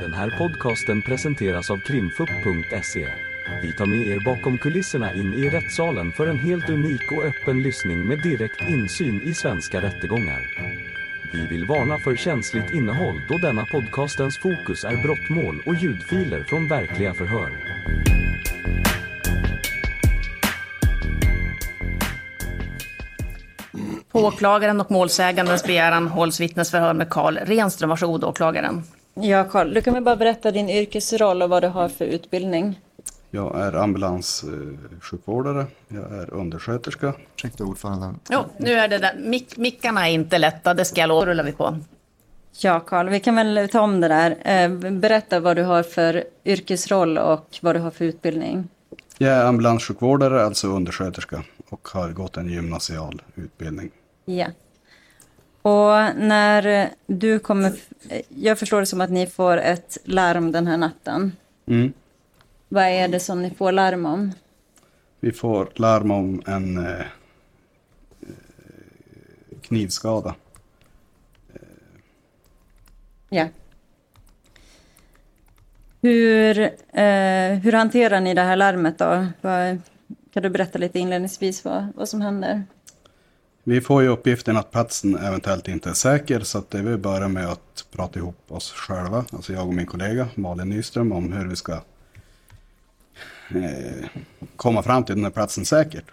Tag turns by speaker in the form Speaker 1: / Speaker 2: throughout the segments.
Speaker 1: Den här podcasten presenteras av krimfupp.se. Vi tar med er bakom kulisserna in i rättssalen för en helt unik och öppen lyssning med direkt insyn i svenska rättegångar. Vi vill varna för känsligt innehåll då denna podcastens fokus är brottmål och ljudfiler från verkliga förhör.
Speaker 2: På åklagaren och målsägandens begäran hålls vittnesförhör med Carl Renström. Varsågod åklagaren.
Speaker 3: Ja, Karl, du kan väl bara berätta din yrkesroll och vad du har för utbildning.
Speaker 4: Jag är ambulanssjukvårdare, jag är undersköterska.
Speaker 5: Ursäkta ordföranden.
Speaker 2: Jo, nu är det där. Mick, mickarna är inte lätta, det ska jag lova. Då rullar vi på.
Speaker 3: Ja, Karl, vi kan väl ta om det där. Eh, Berätta vad du har för yrkesroll och vad du har för utbildning.
Speaker 4: Jag är ambulanssjukvårdare, alltså undersköterska och har gått en gymnasial utbildning.
Speaker 3: Ja. Och när du kommer... eh, Jag förstår det som att ni får ett larm den här natten.
Speaker 4: Mm.
Speaker 3: Vad är det som ni får larm om?
Speaker 4: Vi får larm om en eh, eh, knivskada.
Speaker 3: Ja. Hur, eh, hur hanterar ni det här larmet då? Vad, kan du berätta lite inledningsvis vad, vad som händer?
Speaker 4: Vi får ju uppgiften att platsen eventuellt inte är säker så att det vi börjar med att prata ihop oss själva, alltså jag och min kollega Malin Nyström om hur vi ska eh, komma fram till den här platsen säkert.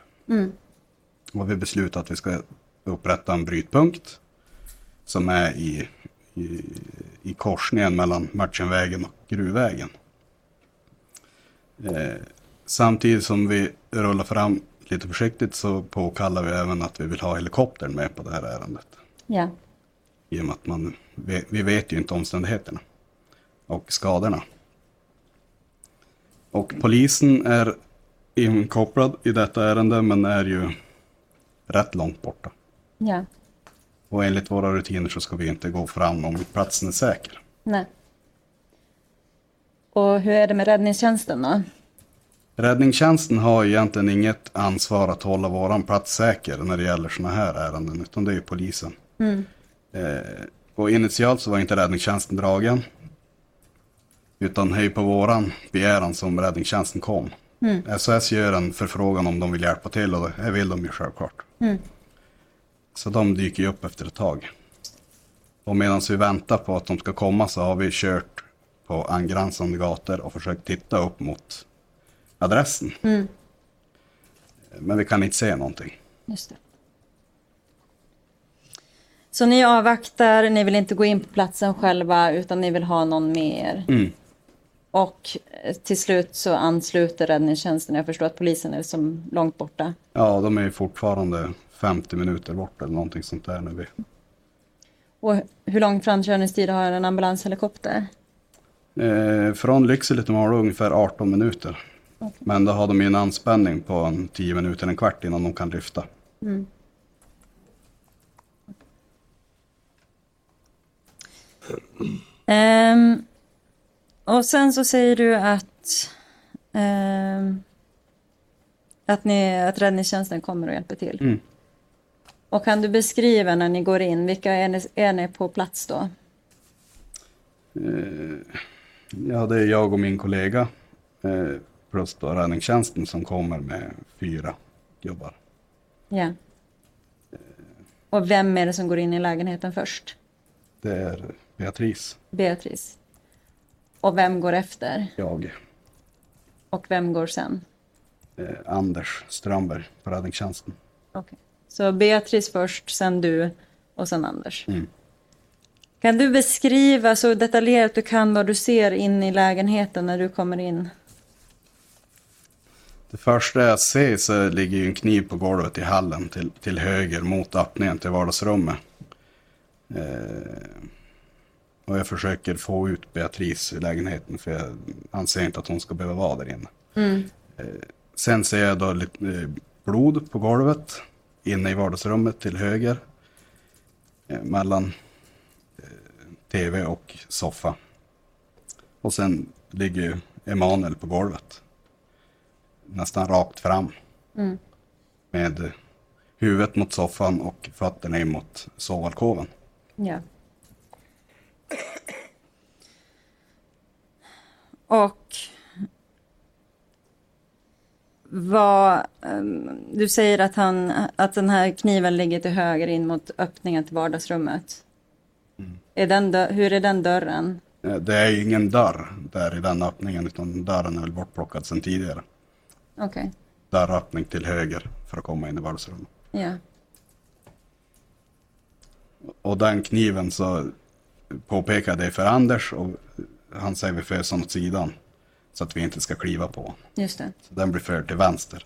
Speaker 4: Och vi beslutar att vi ska upprätta en brytpunkt som är i, i, i korsningen mellan Matchenvägen och Gruvvägen. Samtidigt som vi rullar fram lite försiktigt så påkallar vi även att vi vill ha helikoptern med på det här ärendet.
Speaker 3: Ja.
Speaker 4: I och med att man, vi, vi vet ju inte omständigheterna och skadorna. Och polisen är inkopplad i detta ärende men är ju rätt långt borta.
Speaker 3: Ja.
Speaker 4: Och enligt våra rutiner så ska vi inte gå fram om platsen är säker.
Speaker 3: Nej. Och hur är det med räddningstjänsten då?
Speaker 4: Räddningstjänsten har egentligen inget ansvar att hålla våran plats säker när det gäller sådana här ärenden, utan det är ju polisen. Eh, och initialt så var inte räddningstjänsten dragen, utan hej på våran begäran som räddningstjänsten kom. SOS gör en förfrågan om de vill hjälpa till och det vill de ju självklart. Så de dyker ju upp efter ett tag. Och medan vi väntar på att de ska komma så har vi kört på angränsande gator och försökt titta upp mot adressen. Men vi kan inte se någonting.
Speaker 3: Just det. Så ni avvaktar, ni vill inte gå in på platsen själva utan ni vill ha någon med er. Och eh, till slut så ansluter räddningstjänsten, jag förstår att polisen är som långt borta.
Speaker 4: Ja, de är ju fortfarande 50 minuter bort eller någonting sånt där nu.
Speaker 3: Och hu- hur lång framkörningstid har en ambulanshelikopter?
Speaker 4: Eh, från Lycksele till Malå ungefär 18 minuter. Men då har de ju en anspänning på en 10 minuter, en kvart innan de kan lyfta.
Speaker 3: Ehm, och sen så säger du att, ehm, att, ni, att räddningstjänsten kommer och hjälper till.
Speaker 4: Mm.
Speaker 3: Och kan du beskriva när ni går in, vilka är ni, är ni på plats då?
Speaker 4: Ja, det är jag och min kollega eh, plus då räddningstjänsten som kommer med fyra gubbar.
Speaker 3: Ja. Och vem är det som går in i lägenheten först?
Speaker 4: Det är Beatrice,
Speaker 3: Beatrice. Och vem går efter?
Speaker 4: jag,
Speaker 3: Och vem går sen?
Speaker 4: eh, Anders Strömberg på räddningstjänsten.
Speaker 3: Okej. Så Beatrice först, sen du och sen Anders. Kan du beskriva så detaljerat du kan vad du ser in i lägenheten när du kommer in?
Speaker 4: Det första jag ser så ligger ju en kniv på golvet i hallen till, till höger mot öppningen till vardagsrummet. Eh, och jag försöker få ut Beatrice i lägenheten för jag anser inte att hon ska behöva vara där inne. Eh, sen ser jag då lite eh, blod på golvet inne i vardagsrummet till höger. Eh, mellan eh, tv och soffa. Och sen ligger ju Emanuel på golvet nästan rakt fram. Med huvudet mot soffan och fötterna in mot sovalkoven.
Speaker 3: Ja. Och vad, ehm, du säger att, han, att den här kniven ligger till höger in mot öppningen till vardagsrummet. Är den dö- hur är den dörren?
Speaker 4: Eh, Det är ju ingen dörr där i den öppningen utan dörren är väl bortplockad sedan tidigare.
Speaker 3: Okej,
Speaker 4: Dörröppning till höger för att komma in i vardagsrummet.
Speaker 3: ja.
Speaker 4: Och den kniven så påpekade jag för Anders och han säger vi föser åt sidan så att vi inte ska kliva på.
Speaker 3: Just det.
Speaker 4: Så den blir förd till vänster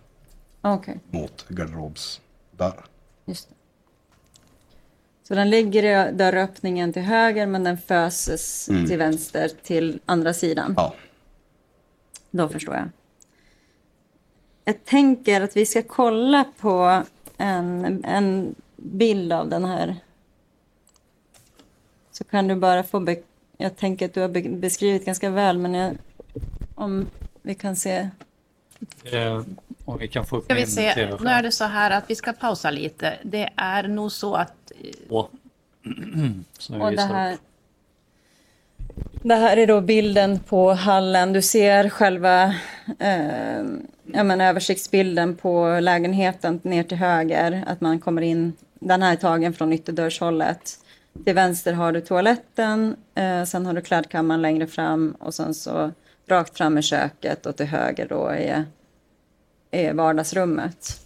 Speaker 3: Ah, Okej,
Speaker 4: mot garderobsdörren.
Speaker 3: just det. Så den ligger i dörröppningen till höger men den föses till vänster till andra sidan.
Speaker 4: Ja,
Speaker 3: Då förstår jag. Jag tänker att vi ska kolla på en, en bild av den här. Så kan du bara få... Be- jag tänker att du har be- beskrivit ganska väl, men jag, om vi kan se...
Speaker 5: Eh, om vi kan få upp
Speaker 2: Ska vi
Speaker 5: min
Speaker 2: se,
Speaker 5: TV-skärm.
Speaker 2: nu är det så här att vi ska pausa lite. Det är nog så att eh,
Speaker 5: Åh. Så nu
Speaker 3: Och det
Speaker 5: visar-
Speaker 3: här, det här är då bilden på hallen. Du ser själva eh, ja, men översiktsbilden på lägenheten ner till höger. Att man kommer in. Den här är tagen från ytterdörrshållet. Till vänster har du toaletten. Eh, sen har du klädkammaren längre fram. Och sen så rakt fram är köket. Och till höger då är, är vardagsrummet.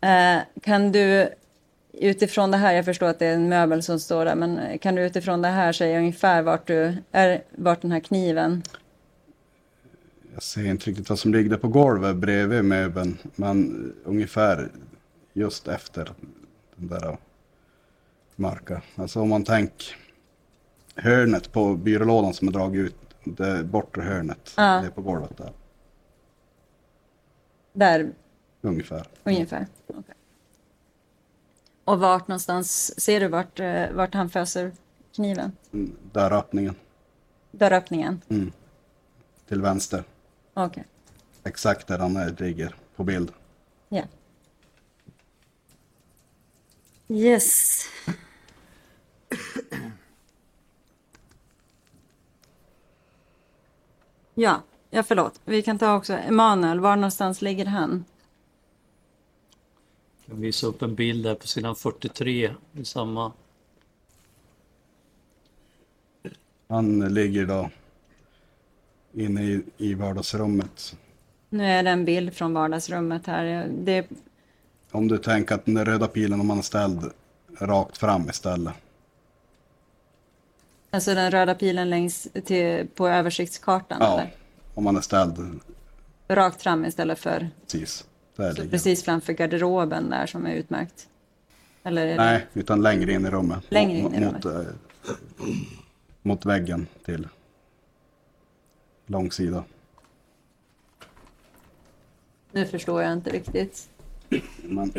Speaker 3: Eh, Kan du utifrån det här, jag förstår att det är en möbel som står där, men eh, kan du utifrån det här säga ungefär vart, du är, vart den här kniven...
Speaker 4: jag ser inte riktigt vad som ligger på golvet bredvid möbeln men ungefär just efter den där marka. Alltså om man tänker hörnet på byrålådan som är dragit ut, det bortre hörnet, det är på golvet där
Speaker 3: Där
Speaker 4: ungefär.
Speaker 3: ungefär. Okej. Och vart någonstans, ser du vart, eh, vart han föser kniven?
Speaker 4: Mm, Där öppningen
Speaker 3: Dörröppningen?
Speaker 4: till vänster,
Speaker 3: Okej,
Speaker 4: exakt där han är, ligger på bild.
Speaker 3: ja. Yes. Ja, ja, förlåt. Vi kan ta också Emanuel. Var någonstans ligger han?
Speaker 5: kan visa upp en bild där på sidan 43 i samma...
Speaker 4: Han ligger då inne i, i vardagsrummet.
Speaker 3: Nu är det en bild från vardagsrummet här. Det,
Speaker 4: Om du tänker att den där röda pilen, om man är ställd rakt fram istället.
Speaker 3: alltså den röda pilen längs till, på översiktskartan.
Speaker 4: Ja,
Speaker 3: Eller?
Speaker 4: om man är ställd
Speaker 3: Rakt fram istället för
Speaker 4: precis. Där
Speaker 3: så
Speaker 4: ligger
Speaker 3: precis framför garderoben där som är utmärkt. Eller är
Speaker 4: den.
Speaker 3: det?
Speaker 4: Nej, utan längre in i rummet.
Speaker 3: Längre in i
Speaker 4: Mot- mot, eh, mot väggen till långsida.
Speaker 3: Nu förstår jag inte riktigt.
Speaker 4: Men...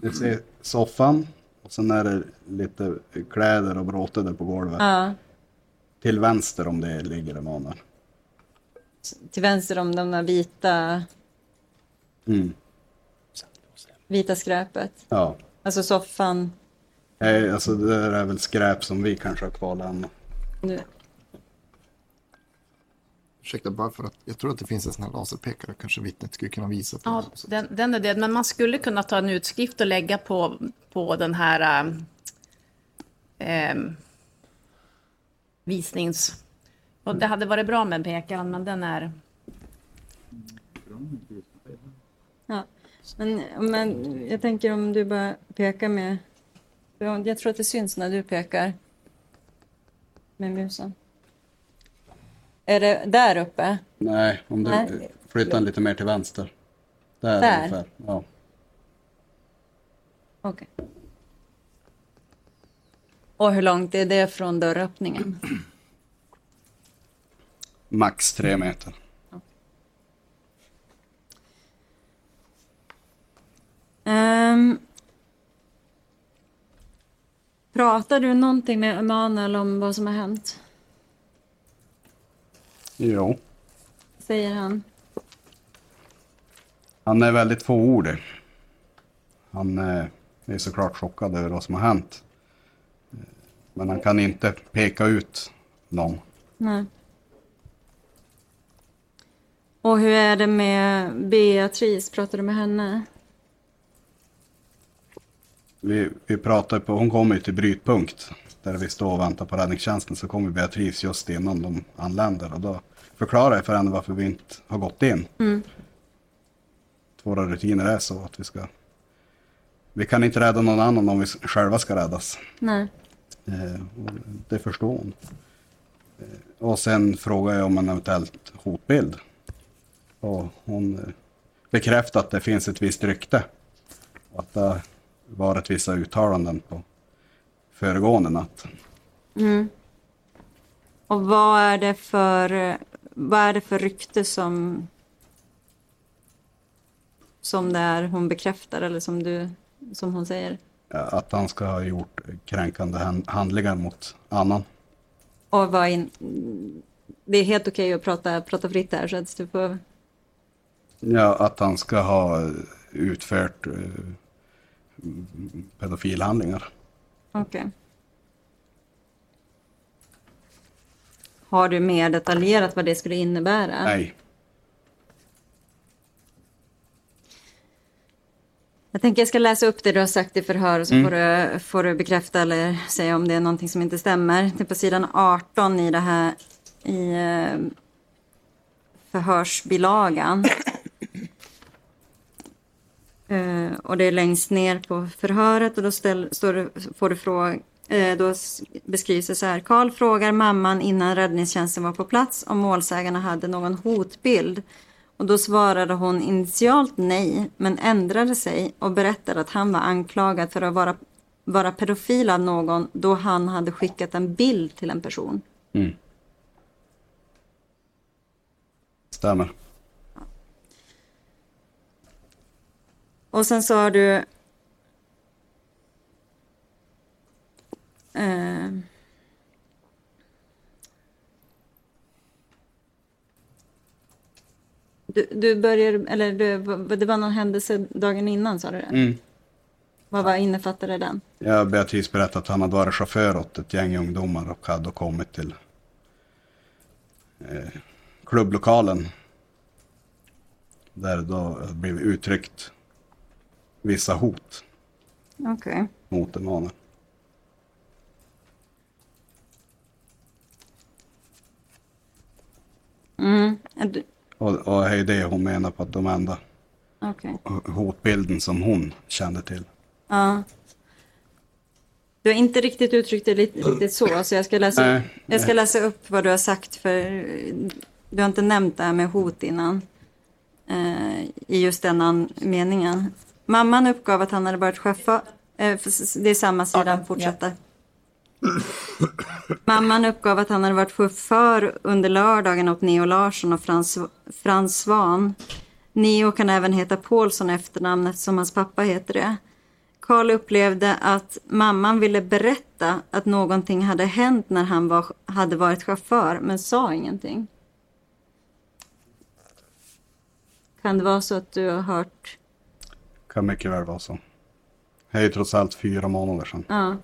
Speaker 4: Du ser soffan och sen är det lite kläder och bråte där på golvet.
Speaker 3: Ja,
Speaker 4: Till vänster om det ligger en annan.
Speaker 3: till vänster om de där vita,
Speaker 4: Mm.
Speaker 3: vita skräpet.
Speaker 4: Ja.
Speaker 3: Alltså soffan.
Speaker 4: Eh, Alltså det där är väl skräp som vi kanske har kvar lämna.
Speaker 3: Nu.
Speaker 6: Ursäkta, bara för att jag tror att det finns en sån här laserpekare. Kanske vittnet skulle kunna visa på
Speaker 2: Ja,
Speaker 6: den. Så-
Speaker 2: den, den är det. Men man skulle kunna ta en utskrift och lägga på, på den här eh, ehm, visnings... Och det hade varit bra med en pekaren, men den är...
Speaker 3: Ja. Men, men jag tänker om du bara pekar med... Ja, Jag tror att det syns när du pekar med musen. Är det där uppe?
Speaker 4: Nej, om du
Speaker 3: Nej.
Speaker 4: eh, flyttar den lite mer till vänster. Där,
Speaker 3: Där?
Speaker 4: ungefär. Ja.
Speaker 3: Okej. Och hur långt är det från dörröppningen?
Speaker 4: Max tre meter.
Speaker 3: Um, pratar du någonting med Emanuel om vad som har hänt?
Speaker 4: Jo.
Speaker 3: Säger han.
Speaker 4: Han är väldigt fåordig. Han eh, är såklart chockad över vad som har hänt. Men han kan inte peka ut någon.
Speaker 3: Nej. Och hur är det med Beatrice? Pratar du med henne?
Speaker 4: Vi, vi pratar på, hon kommer ju till brytpunkt där vi står och väntar på räddningstjänsten så kommer Beatrice just innan de anländer och då förklarar jag för henne varför vi inte har gått in. Våra rutiner är så att vi ska... Vi kan inte rädda någon annan om vi själva ska räddas.
Speaker 3: Nej.
Speaker 4: Eh, och det förstår hon. Eh, Och sen frågar jag om en eventuellt hotbild. Och hon eh, bekräftar att det finns ett visst rykte. Och att det har varit vissa uttalanden på föregående natt.
Speaker 3: Och vad är det för, vad är det för rykte som, som det är hon bekräftar eller som, du, som hon säger?
Speaker 4: Eh, Att han ska ha gjort kränkande han- handlingar mot annan.
Speaker 3: Och vad in, det är helt okej att prata, prata fritt där så att du får...
Speaker 4: Ja, att han ska ha eh, utfört eh, pedofilhandlingar.
Speaker 3: Okej. Har du mer detaljerat vad det skulle innebära?
Speaker 4: Nej,
Speaker 3: Jag tänker jag ska läsa upp det du har sagt i förhör och så får, du, får du bekräfta eller säga om det är någonting som inte stämmer. Det är på sidan 18 i det här i eh, förhörsbilagan. Eh, och det är längst ner på förhöret och då ställ, står det, får du fråga eh, då s- beskrivs det så här. Karl frågar mamman innan räddningstjänsten var på plats om målsägarna hade någon hotbild. Och då svarade hon initialt nej, men ändrade sig och berättade att han var anklagad för att vara, vara pedofil av någon då han hade skickat en bild till en person.
Speaker 4: stämmer.
Speaker 3: Och sen så har du... Eh, du, du började, eller du, det var någon händelse dagen innan sa du det? Vad var innefattade den?
Speaker 4: Ja, Beatrice berättade att han hade varit chaufför åt ett gäng ungdomar och hade då kommit till eh, klubblokalen. Där då blev uttryckt vissa hot
Speaker 3: Okej.
Speaker 4: mot en man.
Speaker 3: Okej.
Speaker 4: Och, och det är det hon menar på att de enda hotbilden som hon kände till.
Speaker 3: Ja. Du har inte riktigt uttryckt det li- riktigt så, så jag ska, läsa,
Speaker 4: Nej.
Speaker 3: jag ska läsa upp vad du har sagt, för du har inte nämnt det här med hot innan, eh, i just den an- meningen. Mamman uppgav att han hade varit chaufför, eh, för s- det är samma sida, fortsätta. Mamman uppgav att han hade varit chaufför under lördagen åt Neo Larsson och Frans, Frans Svan. Neo kan även heta Paulsson i efternamn eftersom hans pappa heter det. Karl upplevde att mamman ville berätta att någonting hade hänt när han var, hade varit chaufför, men sa ingenting. Kan det vara så att du har hört...
Speaker 4: Kan mycket väl vara så. Det är ju trots allt fyra månader sedan.
Speaker 3: Ja.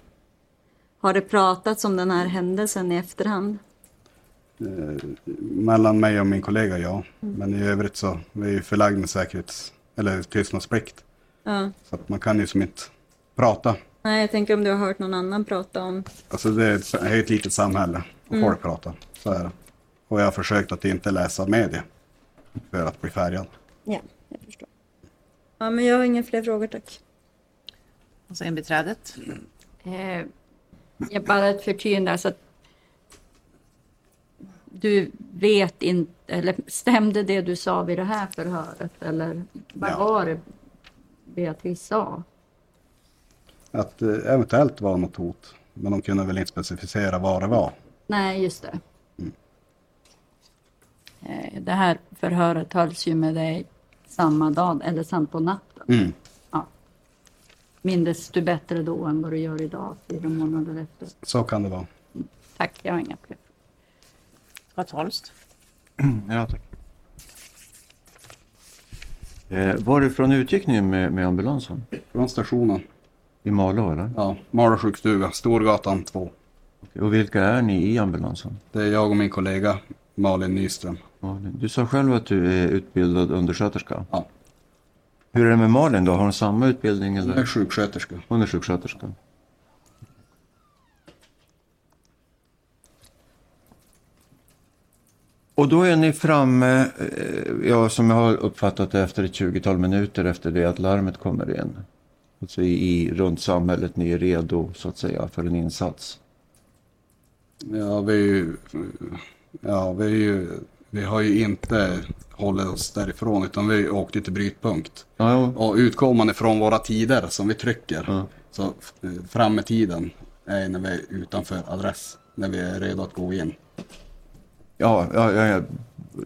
Speaker 3: Har det pratats om den här händelsen i efterhand?
Speaker 4: Mellan mig och min kollega, ja. Men i övrigt så vi är ju förlagd med säkerhets eller tystnadsplikt.
Speaker 3: Ja.
Speaker 4: Så att man kan ju som inte prata.
Speaker 3: Nej, jag tänker om du har hört någon annan prata om...
Speaker 4: Alltså det är ett, det är ett litet samhälle och folk pratar. Så är det. Och jag har försökt att inte läsa media för att bli färgad.
Speaker 3: Ja, jag förstår. Ja, men jag har inga fler frågor, tack.
Speaker 2: Och sen beträdet.
Speaker 7: Eh, jag bara ett förtydligande. Så att du vet inte, eller stämde det du sa vid det här förhöret? Eller vad
Speaker 4: Ja.
Speaker 7: var det Beatrice sa?
Speaker 4: Att eh, eventuellt var något hot. Men de kunde väl inte specificera vad det var.
Speaker 7: Nej, just det.
Speaker 4: Mm.
Speaker 7: Eh, Det här förhöret hölls ju med dig samma dag, eller samt på natten.
Speaker 4: Mm.
Speaker 7: Ja. Mindes du bättre då än vad du gör idag, fyra månader efter?
Speaker 4: Så kan det vara.
Speaker 7: Tack, jag har inga fler.
Speaker 2: Vad Holst.
Speaker 8: Ja, tack. Eh, varifrån utgick ni med, med ambulansen?
Speaker 4: Från stationen.
Speaker 8: I Malå eller?
Speaker 4: Ja, Malå sjukstuga, Storgatan 2.
Speaker 8: Och vilka är ni i ambulansen?
Speaker 4: Det är jag och min kollega Malin Nyström.
Speaker 8: Malin, Du sa själv att du är utbildad undersköterska.
Speaker 4: Ja.
Speaker 8: Hur är det med Malin då? Har hon samma utbildning?
Speaker 4: Hon är
Speaker 8: Eller?
Speaker 4: sjuksköterska.
Speaker 8: Hon är sjuksköterska. Och då är ni framme, eh, ja, som jag har uppfattat det, efter ett 20-tal minuter efter det att larmet kommer in. Alltså i, i, runt samhället, ni är redo så att säga för en insats.
Speaker 4: Ja, vi, är ju- ja, vi, är ju, vi har ju inte hållit oss därifrån utan vi åkte till brytpunkt.
Speaker 8: Ja, ja.
Speaker 4: Och utgår man ifrån våra tider som vi trycker så eh, fram med tiden är när vi är utanför adress. När vi är redo att gå in.
Speaker 8: Ja, ja, ja, ja.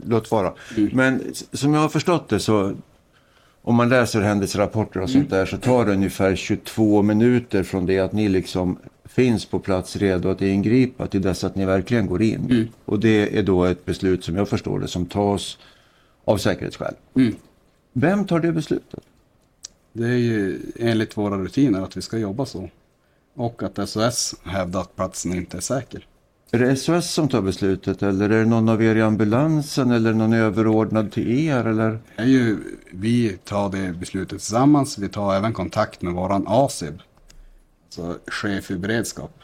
Speaker 8: låt vara. Men s- som jag har förstått det så om man läser händelserapporter och sånt där så tar det ungefär 22 minuter från det att ni liksom finns på plats redo att ingripa till dess att ni verkligen går in. Och det är då ett beslut som jag förstår det som tas av säkerhetsskäl. Vem tar det beslutet?
Speaker 4: Det är ju enligt våra rutiner att vi ska jobba så. Och att SOS hävdar att platsen inte är säker.
Speaker 8: Är det SOS som tar beslutet eller är det någon av er i ambulansen eller någon överordnad till er? Eller?
Speaker 4: är ju, vi tar det beslutet tillsammans. Vi tar även kontakt med våran ASIB. Så alltså chef i beredskap.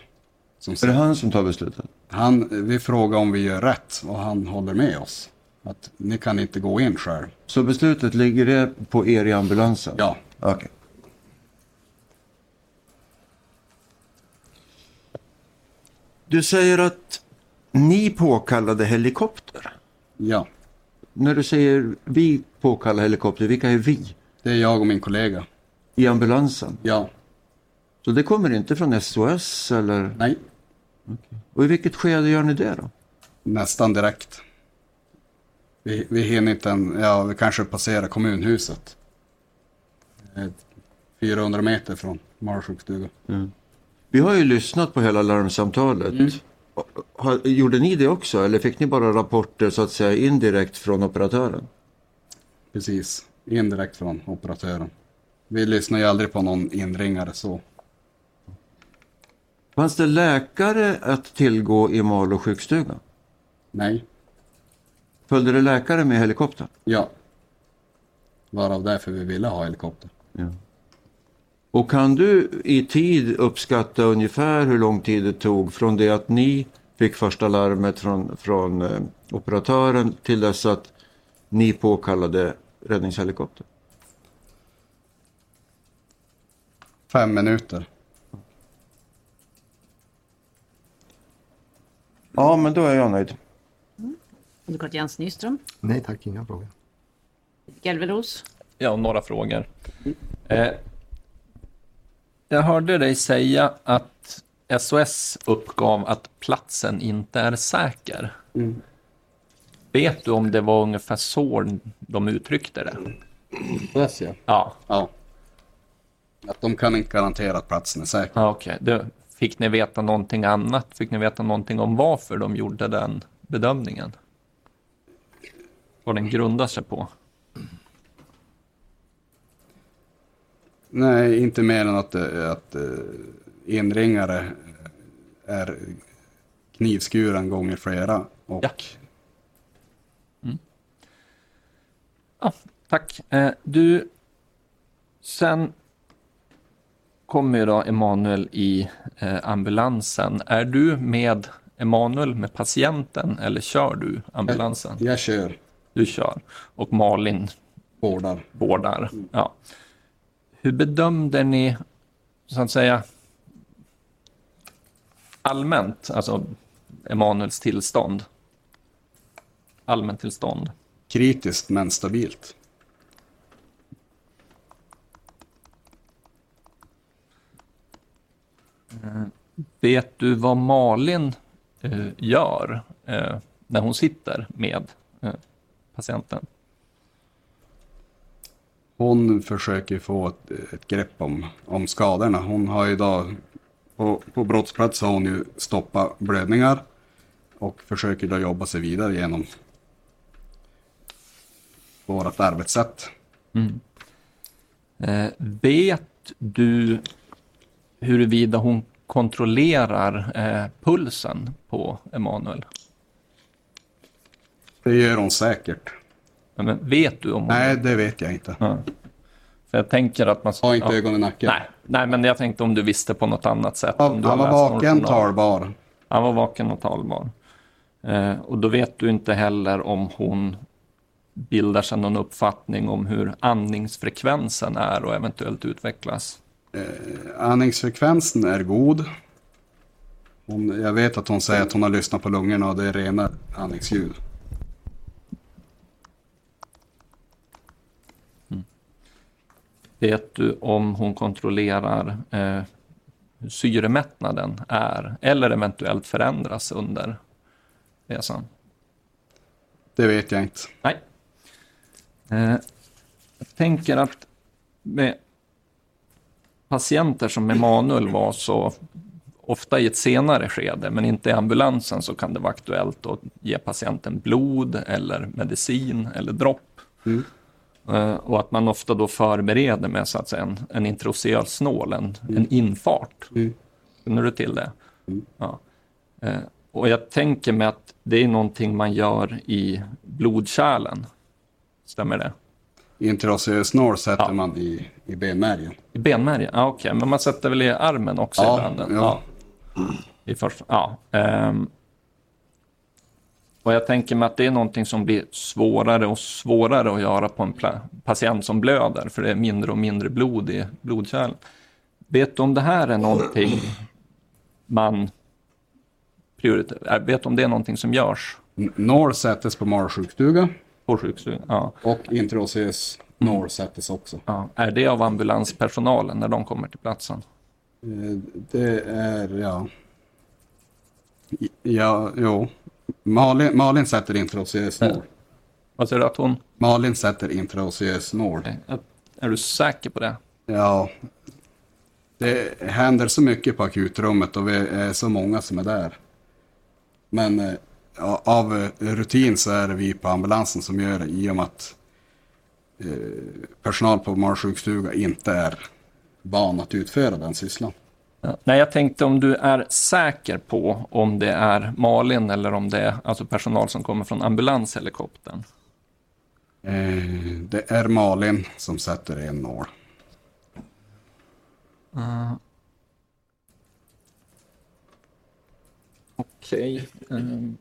Speaker 4: Som
Speaker 8: Är det
Speaker 4: säger,
Speaker 8: han som tar beslutet?
Speaker 4: han, vi frågar om vi gör rätt och han håller med oss. Att ni kan inte gå in själv.
Speaker 8: Så beslutet ligger det på er i ambulansen?
Speaker 4: Ja,
Speaker 8: Okej. Du säger att ni påkallade helikopter.
Speaker 4: ja.
Speaker 8: När du säger vi påkallar helikopter, vilka är vi?
Speaker 4: Det är jag och min kollega.
Speaker 8: I ambulansen.
Speaker 4: Ja,
Speaker 8: Så det kommer inte från SOS eller?
Speaker 4: nej,
Speaker 8: Och i vilket skede gör ni det då?
Speaker 4: nästan direkt. Vi, vi hinner inte än, ja, vi kanske passerar kommunhuset. Eh, 400 meter från Marsjukstugan.
Speaker 8: Vi har ju lyssnat på hela larmsamtalet. Har, gjorde ni det också eller fick ni bara rapporter så att säga indirekt från operatören?
Speaker 4: Precis, indirekt från operatören. Vi lyssnar ju aldrig på någon inringare så.
Speaker 8: Fanns det läkare att tillgå i Malå sjukstuga?
Speaker 4: Nej,
Speaker 8: Följde det läkare med helikoptern?
Speaker 4: ja. Varav därför vi ville ha helikopter.
Speaker 8: Och kan du i tid uppskatta ungefär hur lång tid det tog från det att ni fick första larmet från, från eh, operatören till dess att ni påkallade räddningshelikopter?
Speaker 4: Fem minuter.
Speaker 8: Ja, men då är jag nöjd.
Speaker 2: Advokat Jens Nyström,
Speaker 6: Nej tack, inga frågor.
Speaker 2: Gelveros.
Speaker 9: Ja, några frågor. Eh, jag hörde dig säga att SOS uppgav att platsen inte är säker. Vet du om det var ungefär så de uttryckte det?
Speaker 4: Yes, ja.
Speaker 9: Ja,
Speaker 4: ja. Att de kan inte garantera att platsen är säker.
Speaker 9: ja, okej. Du, Fick ni veta någonting annat? Fick ni veta någonting om varför de gjorde den bedömningen? Vad den grundar sig på?
Speaker 4: Nej, inte mer än att, eh, att eh, inringare eh, är knivskuren gånger flera. Och
Speaker 9: Ja. Ja, tack. Eh, du, sen kommer ju då Emanuel i eh, ambulansen. Är du med Emanuel med patienten eller kör du ambulansen?
Speaker 4: jag kör,
Speaker 9: Du kör och Malin
Speaker 4: vårdar.
Speaker 9: vårdar. Ja. Hur bedömde ni, så att säga, allmänt, alltså Emanuels tillstånd? Allmänt tillstånd.
Speaker 4: Kritiskt men stabilt.
Speaker 9: Vet du vad Malin eh, gör eh, när hon sitter med eh, patienten?
Speaker 4: Hon försöker få ett, ett grepp om, om skadorna. Hon har idag på, på brottsplats har hon ju stoppat blödningar och försöker då jobba sig vidare genom vårt arbetssätt.
Speaker 9: Eh, vet du huruvida hon kontrollerar eh, pulsen på Emanuel.
Speaker 4: Det gör hon säkert.
Speaker 9: Men vet du om hon...
Speaker 4: Nej, det vet jag inte.
Speaker 9: Ja. För jag tänker att man...
Speaker 4: Ha inte
Speaker 9: ja.
Speaker 4: ögonen i nacken.
Speaker 9: Nej. Nej, men jag tänkte om du visste på något annat sätt. om
Speaker 4: Han
Speaker 9: du har
Speaker 4: han var
Speaker 9: läst någon
Speaker 4: vaken,
Speaker 9: journal.
Speaker 4: talbar.
Speaker 9: Han var vaken och talbar. Eh, och då vet du inte heller om hon bildar sig någon uppfattning om hur andningsfrekvensen är och eventuellt utvecklas.
Speaker 4: Andningsfrekvensen är god. Hon, jag vet att hon säger att hon har lyssnat på lungorna och det är rena andningsljud.
Speaker 9: Vet du om hon kontrollerar eh, hur syremättnaden är eller eventuellt förändras under resan?
Speaker 4: Det vet jag inte.
Speaker 9: Nej. Eh, jag tänker att med patienter som Emanuel var så ofta i ett senare skede, men inte i ambulansen, så kan det vara aktuellt att ge patienten blod eller medicin eller dropp. Eh, och att man ofta då förbereder med så att säga, en, en introseal snål, en, en infart. Känner du till det? Ja. Eh, och jag tänker mig att det är någonting man gör i blodkärlen. Stämmer det?
Speaker 4: Intraceosnår sätter
Speaker 9: Ja.
Speaker 4: man i, i benmärgen.
Speaker 9: I benmärgen? Ah, Okej, men man sätter väl i armen också
Speaker 4: Ja,
Speaker 9: ibland?
Speaker 4: ja.
Speaker 9: I första, ja. ehm. och jag tänker mig att det är någonting som blir svårare och svårare att göra på en pla- patient som blöder, för det är mindre och mindre blod i blodkärlen. Vet du om det här är någonting man prioriterar? Vet du om det är någonting som görs
Speaker 4: N- Norr sättes på magsjukstuga
Speaker 9: på sjukstugan? Ja.
Speaker 4: och
Speaker 9: Mm.
Speaker 4: intraceosnår sättes också.
Speaker 9: Ja. Är det av ambulanspersonalen när de kommer till platsen?
Speaker 4: Eh, Det är, ja... I- Ja, jo. Malin, Malin sätter intraceosnår.
Speaker 9: Vad säger du att hon...
Speaker 4: Malin sätter intraceosnår.
Speaker 9: Är du säker på det?
Speaker 4: Ja. Det händer så mycket på akutrummet och vi är så många som är där. Men eh, ja, av eh, rutin så är det vi på ambulansen som gör det i och med att eh, personal på magsjukstuga inte är van att utföra den sysslan.
Speaker 9: Ja. Nej, jag tänkte om du är säker på om det är Malin eller om det är alltså personal som kommer från ambulanshelikoptern.
Speaker 4: Eh, det är Malin som sätter en nål.
Speaker 9: Okej. ehm.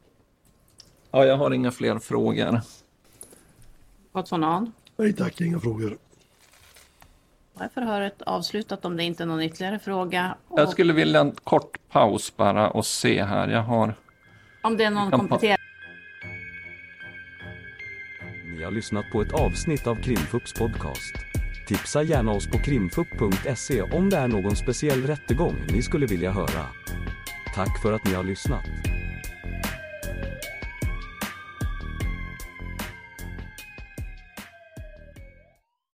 Speaker 9: Ja, jag har inga fler frågor.
Speaker 2: Vad sa någon?
Speaker 10: Nej tack, inga frågor.
Speaker 2: Då är förhöret avslutat om det inte är någon ytterligare fråga. Och
Speaker 9: Jag skulle vilja en kort paus bara och se här. Jag har...
Speaker 2: Om det är någon
Speaker 9: kan pa-
Speaker 2: kompletterande
Speaker 1: Ni har lyssnat på ett avsnitt av Krimfupps podcast. Tipsa gärna oss på krimfupp.se om det är någon speciell rättegång ni skulle vilja höra. Tack för att ni har lyssnat.